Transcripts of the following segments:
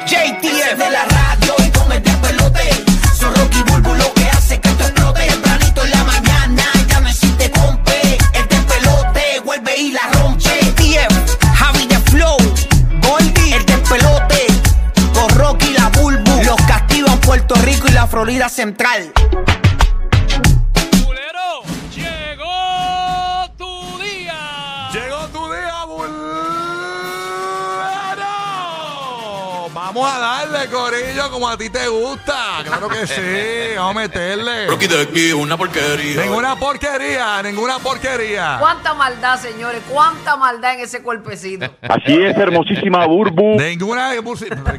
ATF de la radio y con el despelote. Son Rocky Bulbo lo que hace que esto explote. Tempranito en la mañana ya me hiciste compe. El despelote vuelve y la rompe. ATF, Javi de Flow, Goldie, el despelote. Con Rocky y la Bulbo. Los castigan Puerto Rico y la Florida Central. Culero, llegó tu día. Llegó tu día, bueno. Vamos a darle, Corillo, como a ti te gusta. Claro que sí, vamos a meterle. Rocky de aquí es una porquería. Ninguna porquería, ninguna porquería. Cuánta maldad, señores, cuánta maldad en ese cuerpecito. Así es, hermosísima Burbu. Ninguna.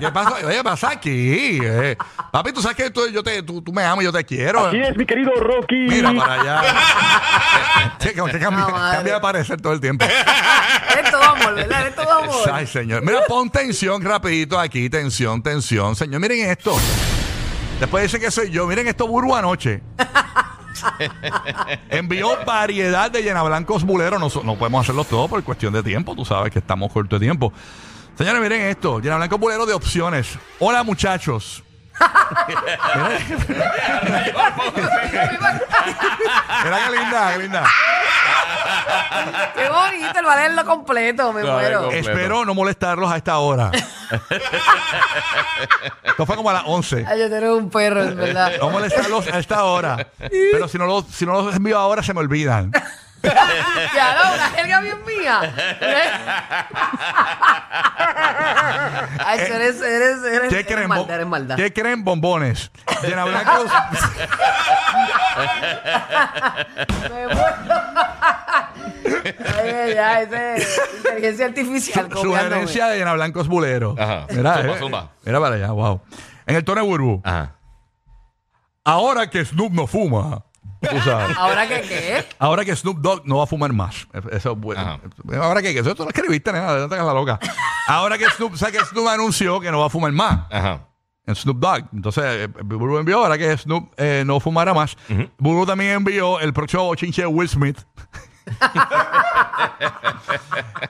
¿Qué pasa? Oye, pasa aquí? eh? Papi, tú sabes que tú, yo te, tú, tú me amas y yo te quiero. Así es, mi querido Rocky. Mira para allá. Sí, como que cambia, Ah, madre. cambia de parecer todo el tiempo. Es todo amor, ¿verdad? Es todo amor. Ay, señor. Mira, pon tensión rapidito aquí. Tensión, tensión. Señor, miren esto. Después dicen que soy yo. Miren esto, Burbu anoche. Envió variedad de llenablancos buleros. No, so- no podemos hacerlos todos por cuestión de tiempo. Tú sabes que estamos corto de tiempo. Señores, miren esto. Llenablancos buleros de opciones. Hola, muchachos. Mira qué linda, qué linda. Qué bonito el valerlo completo, me Claro, muero. completo. Espero no molestarlos a esta hora. Esto fue como a las 11. Ay, yo tengo un perro, es verdad. No molestarlos a esta hora. Pero si no los, si no los envío ahora, se me olvidan. Ya, no, una jerga bien mía. Ay, tú eres, eres, eres, ¿Qué eres creen, bo- maldad, eres maldad. ¿Qué creen bombones? Llena blancos. Me muero. Ay, ay, ay, ese es inteligencia artificial copiándome. Sugerencia de llena blancos bulero. Ajá. Mira, Zumba, eh, zumba. mira para allá, wow. En el tono de burbu. Ajá. Ahora que Snoop no fuma. tú sabes. ¿Ahora qué qué? Ahora que Snoop Dogg no va a fumar más. Eso es bueno. Ajá. Ahora que, que eso tú lo escribiste, nena, no te hagas la loca. Ahora que Snoop, o sea, que Snoop anunció que no va a fumar más. Ajá. en Snoop Dogg. Entonces, eh, Burbu envió ahora que Snoop eh, no fumara más. Burbu también envió el próximo bochinche de Will Smith.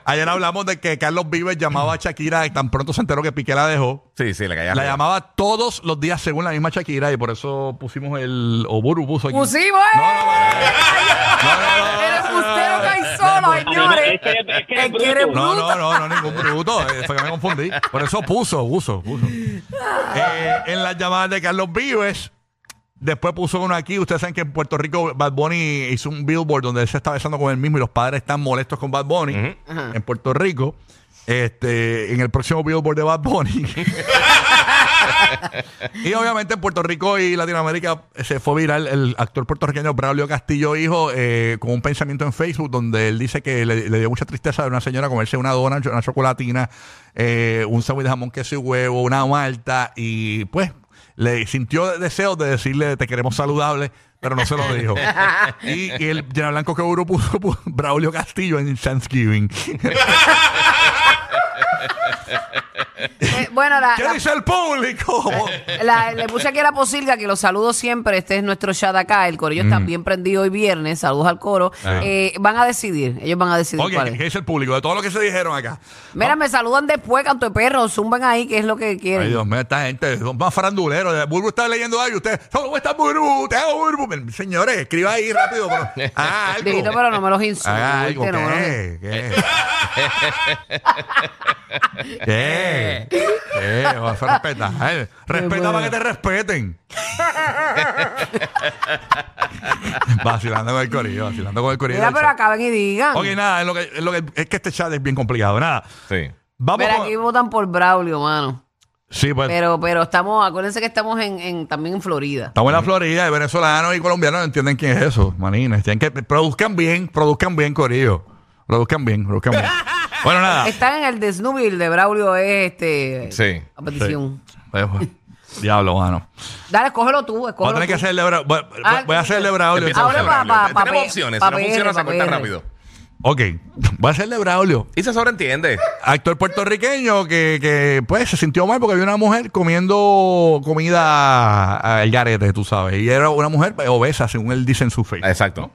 Ayer hablamos de que Carlos Vives llamaba a Shakira y tan pronto se enteró que Piqué la dejó. Sí, sí, la callaste. La llamaba todos los días según la misma Shakira y por eso pusimos el... o Burbu puso aquí. Pusimos, No, eh. no, no, no. Eres usted no cae solo, señores. es que Es que eres No, bruto. no, no, no, ningún bruto. eh, Fue que me confundí. Por eso puso, puso, puso. Eh, en las llamadas de Carlos Vives, después puso uno aquí. Ustedes saben que en Puerto Rico Bad Bunny hizo un billboard donde él se está besando con él mismo y los padres están molestos con Bad Bunny en Puerto Rico. Este, en el próximo billboard de Bad Bunny. y obviamente en Puerto Rico y Latinoamérica eh, se fue viral el actor puertorriqueño Braulio Castillo Hijo eh, con un pensamiento en Facebook donde él dice que le, le dio mucha tristeza de una señora comerse una dona, una chocolatina, eh, un sándwich de jamón, queso y huevo, una malta y pues le sintió deseos de decirle te queremos saludable, pero no se lo dijo. y, y el llena blanco que Uru puso, puso Braulio Castillo en Thanksgiving. Eh, bueno, la, ¿Qué la- dice el público? La- le puse aquí a la posilga que los saludo siempre. Este es nuestro chat acá. El corillo Mm. está bien prendido hoy viernes. Saludos al coro. Eh, van a decidir. Ellos van a decidir Ah. Oye, cuál ¿qué, es. qué dice el público? De todo lo que se dijeron acá. Mira, me saludan después, canto de perro. Zumban ahí, que es lo que quieren. Ay, Dios mío, esta gente son más faranduleros. Burbu está leyendo ahí. Usted, ¿cómo está Burbu? Te hago Burbu. Señores, escriba ahí rápido. Pero, haga algo. Dito, pero no me los insultes. Haga algo. no me los insultes. ¿Qué? ¿Qué? ¿Qué? ¿Qué? Vas a respetar. Ay, Respeta para que te respeten. vacilando con el corillo, vacilando con el corillo. Mira, pero acaben y digan. Ok, nada, es, lo que, es, lo que, es que este chat es bien complicado. Nada. Sí. Vamos Mira, con- aquí votan por Braulio, mano. Sí, pues. Pero, pero estamos, acuérdense que estamos en, en- también en Florida. Estamos en la Florida y venezolanos y colombianos no entienden quién es eso, manines. Tienen que produzcan bien, produzcan bien, Corillo. Produzcan bien, produzcan bien. bueno, nada. Están en el desnubil de Braulio, es este. Sí. A petición. Pues, pues, Diablo, mano. Dale, escógelo tú, Voy a escógelo. tener que tú. hacer el de Bra- voy, Ah, voy a hacer el de Braulio. Empieza Ahora con pa- Braulio. pa- pa- Tenemos pa- opciones. pa- Si no funciona, pa- se corta pa- rápido. Ok, voy a hacer el de Braulio. Y se sobreentiende. Actor puertorriqueño que, que, pues se sintió mal porque había una mujer comiendo comida al garete, tú sabes. Y era una mujer obesa, según él dice en su Facebook. Exacto.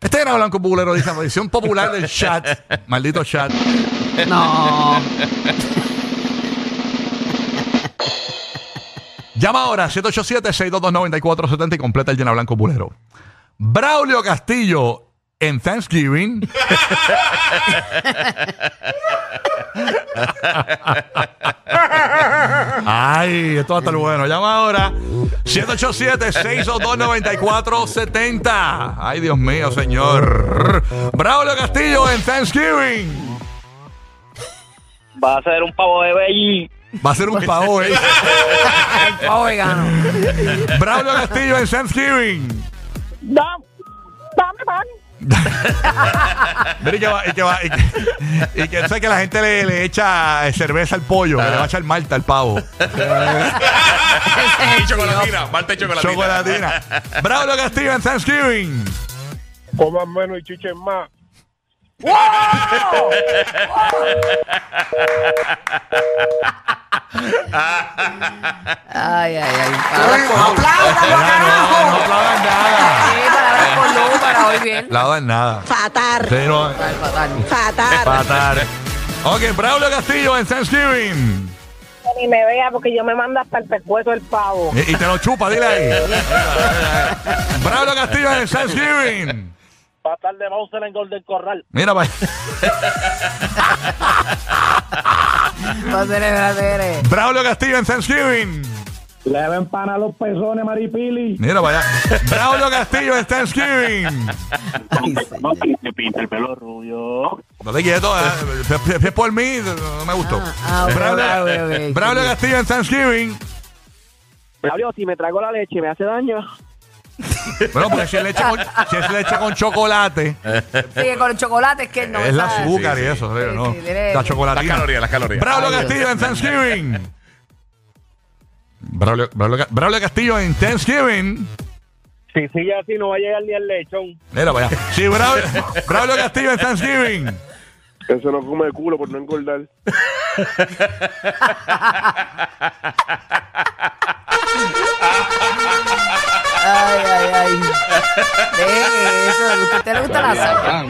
Este era Blanco Pulero, dice la edición popular del chat. Maldito chat. No. Llama ahora 787-622-9470 y completa el llena blanco pulero. Braulio Castillo en Thanksgiving. Ay, esto va a estar bueno. Llama ahora 787-622-9470. Ay, Dios mío, señor. Braulio Castillo en Thanksgiving. Va a ser un pavo de belly. Va a ser un pavo, ¿eh? El pavo vegano. Braulio Castillo en Thanksgiving. Dame, dame pan. Mira, y que va- y que va- y que- y que tú sabes que la gente le, le echa cerveza al pollo, que le va a echar malta al pavo. Y chocolatina, Marta y chocolatina. Chocolatina. Braulio Castillo en Thanksgiving. Coman menos y chichen más. Ay, ay, ay. Palabras con luz. Ya, ¡Apláudalo, no, no carajo! aplaudan Sí, nada. palabras con luz para hoy bien. Aplaudan nada. Fatar, Sí, no, Fatal, fatal. fatar. fatal. Ok, Braulio Castillo en Thanksgiving. ni me vea porque yo me mando hasta el pescuezo el pavo. Y, y te lo chupa, dile ahí. Braulio Castillo en Thanksgiving. Patar de Bowser en Golden Corral. Mira, pa- No se le va a hacer, eh. Braulio Castillo en Thanksgiving. Le ven pan a los pezones, Maripili. Mira para allá. Braulio Castillo en Thanksgiving. No te pinta el pelo rubio. No te quieto. eh. Si- si- si es por mí, no me gustó. Ah, ah, ok, Braulio, ok, ok. Braulio Castillo en Thanksgiving. Gabriel, si me trago la leche, ¿me hace daño? Bueno, porque si es leche con, si es leche con chocolate, Sí, que con el chocolate es que él no. es la sabe. azúcar sí, y sí. eso, creo, Eh, Sí, ¿no? sí, tiene- La Las chocolatina. calorías, las calorías. Braulio Ay, Dios. Castillo en Thanksgiving. Braulio, Braulio, Ca- Braulio Castillo en Thanksgiving. Si sigue así, no va a llegar ni el lechón. Mira para allá. Sí, Braulio, Braulio Castillo en Thanksgiving. Que se lo come de culo por no engordar. Ay, ay, ay. Deje eso. ¿A usted le gusta la azúcar?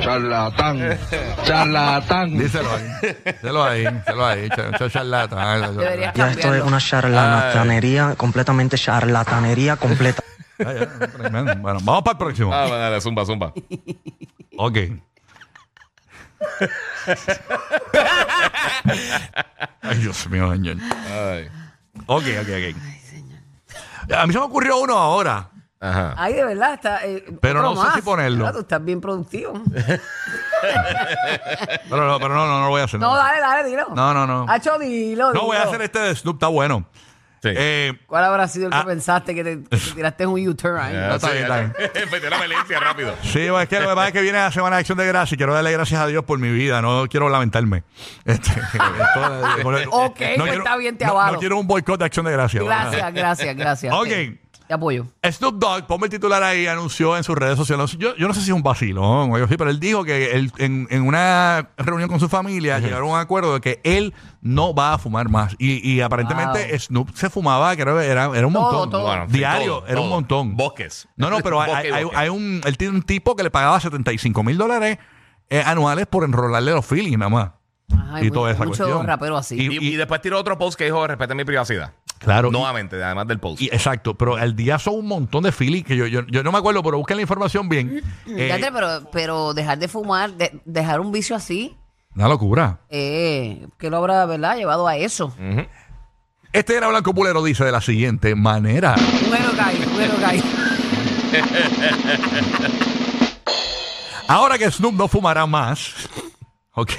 charlatán, charlatán. Díselo ahí. Díselo ahí. Díselo ahí. Ch- ch- charlatán. Deberías Ya esto es cambiarlo. una charlatanería, completamente charlatanería completa. Ay, ay, tremendo. Bueno, vamos para el próximo. Ah, bueno, dale, zumba, zumba. Ok. Ay, Dios mío, señor. Ay. Ok, ok, ok. A mí se me ocurrió uno ahora. Ajá. Ay, de verdad, está. eh, Pero no otro sé más. si ponerlo. Claro, tú estás bien productivo. Pero no, pero no, no, no lo voy a hacer. No, dale, dale, dilo. No, no, no. Hacho, dilo. No voy a dilo. hacer este de Snoop, está bueno. Sí. Eh, ¿Cuál habrá sido el que Ah. pensaste que te, que te tiraste un U-turn ahí? Ya, no, está Ah, sí, bien, ya. está Metió la violencia rápido. sí, pues, es que lo que pasa es que viene la Semana de Acción de Gracias y quiero darle gracias a Dios por mi vida. No quiero lamentarme. Este, esto- Ok, pues está bien, te no- avalo. No, quiero un boicot de Acción de Gracias. Gracias, gracias, gracias. Ok. Te, te apoyo. Snoop Dogg, ponme el titular ahí, anunció en sus redes sociales. Yo, yo no sé si es un vacilón o algo así, pero él dijo que él, en, en una reunión con su familia llegaron a un acuerdo de que él no va a fumar más. Y, y aparentemente Wow. Snoop se fumaba, creo que era, era un Todo, montón. todo. Bueno, sí, Diario, todo, era un todo. montón. Bosques. No, no, pero hay, Bosque y hay- bosque. hay un, él tiene un tipo que le pagaba 75 mil dólares eh, anuales por enrolarle los feelings nada más. Ajá, y hay toda mucho- esa mucho cuestión. rapero así. Y- Y, y después tiró otro post que dijo, respete mi privacidad. Claro. y- Nuevamente, además del post. Y- exacto, pero al día son un montón de feelings que yo, yo, yo no me acuerdo, pero busquen la información bien. Eh, Fíjate, pero, pero dejar de fumar, de- dejar un vicio así, una locura. eh, ¿qué lo habrá, verdad, llevado a eso? Este era Blanco Pulero, dice de la siguiente manera. Bueno, Kai, bueno, Kai. Ahora que Snoop no fumará más, ¿ok?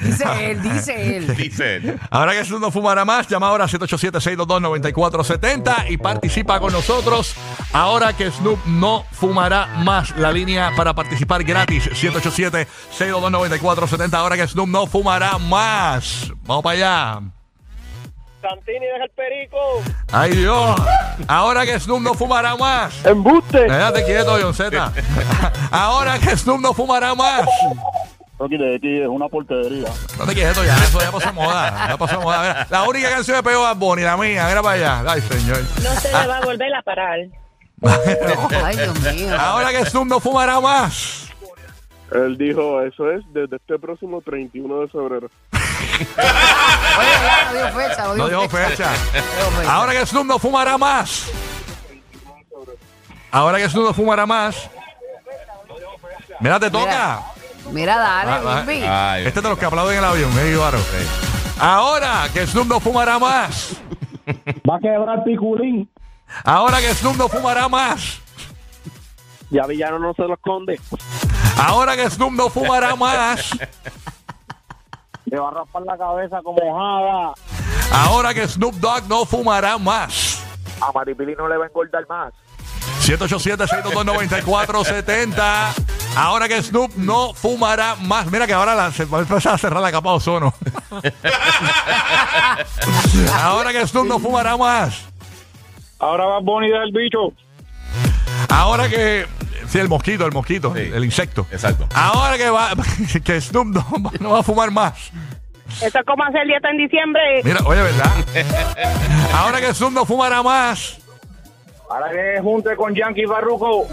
Dice él, dice él. Dice él. Ahora que Snoop no fumará más, llama ahora a 787-622-9470 y participa con nosotros. Ahora que Snoop no fumará más, la línea para participar gratis, 787-622-9470. Ahora que Snoop no fumará más. Vamos para allá. Santini, deja el perico. ¡Ay, Dios! Ahora que Snoop no fumará más. ¡Embuste! Quédate quieto, John Z. Ahora que Snoop no fumará más. Rocky de aquí es una porquería. No te quieres ya, eso ya pasó moda. Ya pasó moda. Mira, la única canción de Peo Bad Bunny, la mía, mira para allá. Ay, señor. No se le va a volver a parar. Ay, Dios mío. Ahora que Snoop no fumará más. Él dijo, eso es desde este próximo 31 de febrero. Oye, ya, no dio fecha, no dio, No dio fecha. Ahora que Snoop no fumará más. Ahora que Snoop no fumará más. Mira, te toca. Mira, Ah, dale, ah, Luismi. Ay, Este es de los que aplauden en el avión, eh, Ibaro. Ahora que Snoop no fumará más. Va a quebrar piculín. Ahora que Snoop no fumará más. Ya Villano no se lo esconde. Ahora que Snoop no fumará más. Le va a raspar la cabeza como jada. Ahora que Snoop Dogg no fumará más. A Maripili no le va a engordar más. 787-622-9470. Ahora que Snoop no fumará más. Mira que ahora la, se va a empezar a cerrar la capa de ozono. ahora que Snoop no fumará más. Ahora va Bonnie del bicho. Ahora que. Sí, el mosquito, el mosquito, Sí. el insecto. Exacto. Ahora que va que Snoop no, no va a fumar más. Eso es como hacer dieta en diciembre. Mira, oye, ¿verdad? Ahora que Snoop no fumará más. Ahora que junte con Yankee Barruco.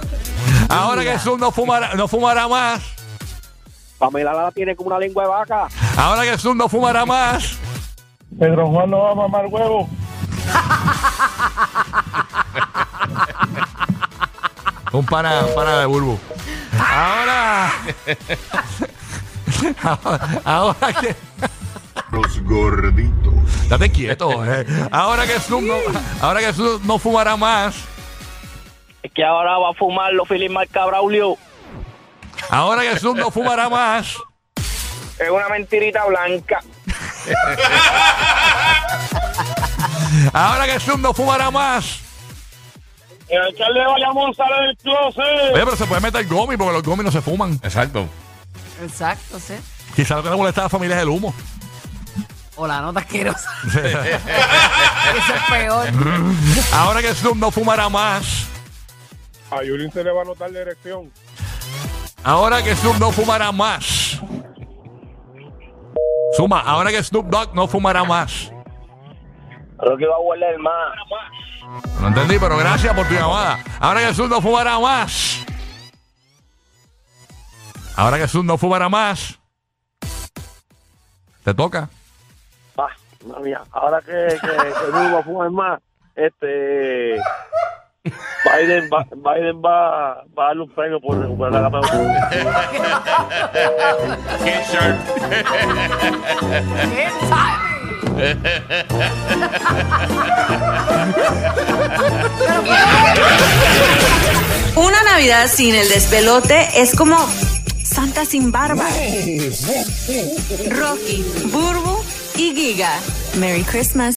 Ahora que Snoop no fumará, no fumará más. Pamela la tiene como una lengua de vaca. Ahora que Snoop no fumará más. Pedro Juan no va a mamar huevo. Un pana, un pana de bulbo. Ahora. ahora, ahora que. Los gorditos. Date quieto, eh. Ahora que Snoop no, ahora que Snoop no fumará más. Es que ahora va a fumar los Philip Marca Braulio. Ahora que Snoop no fumará más. Es una mentirita blanca. Ahora que Snoop no fumará más. El alcalde Bayamón sale del closet. Oye, pero se puede meter gomi porque los gomis no se fuman. Exacto. Exacto, sí. Quizás lo que le molesta a la familia es el humo. O la nota asquerosa. Eso es peor. Ahora que Snoop no fumará más. A Yulín se le va a notar la erección. Ahora que Snoop no fumará más. Suma, ahora que Snoop Dogg no fumará más. Creo que va a hueler más. No entendí, pero gracias por tu llamada. Ahora que Snoop no fumará más. Ahora que Snoop no fumará más. Te toca. Ah, madre mía. Ahora que, que, que no va a fumar más, este. Biden va, Biden va, va a darle un premio por recuperar la capa de huevo. Qué sharp. ¡Qué timing! Una Navidad sin el despelote es como Santa sin barba. Rocky, Burbu y Giga. Merry Christmas.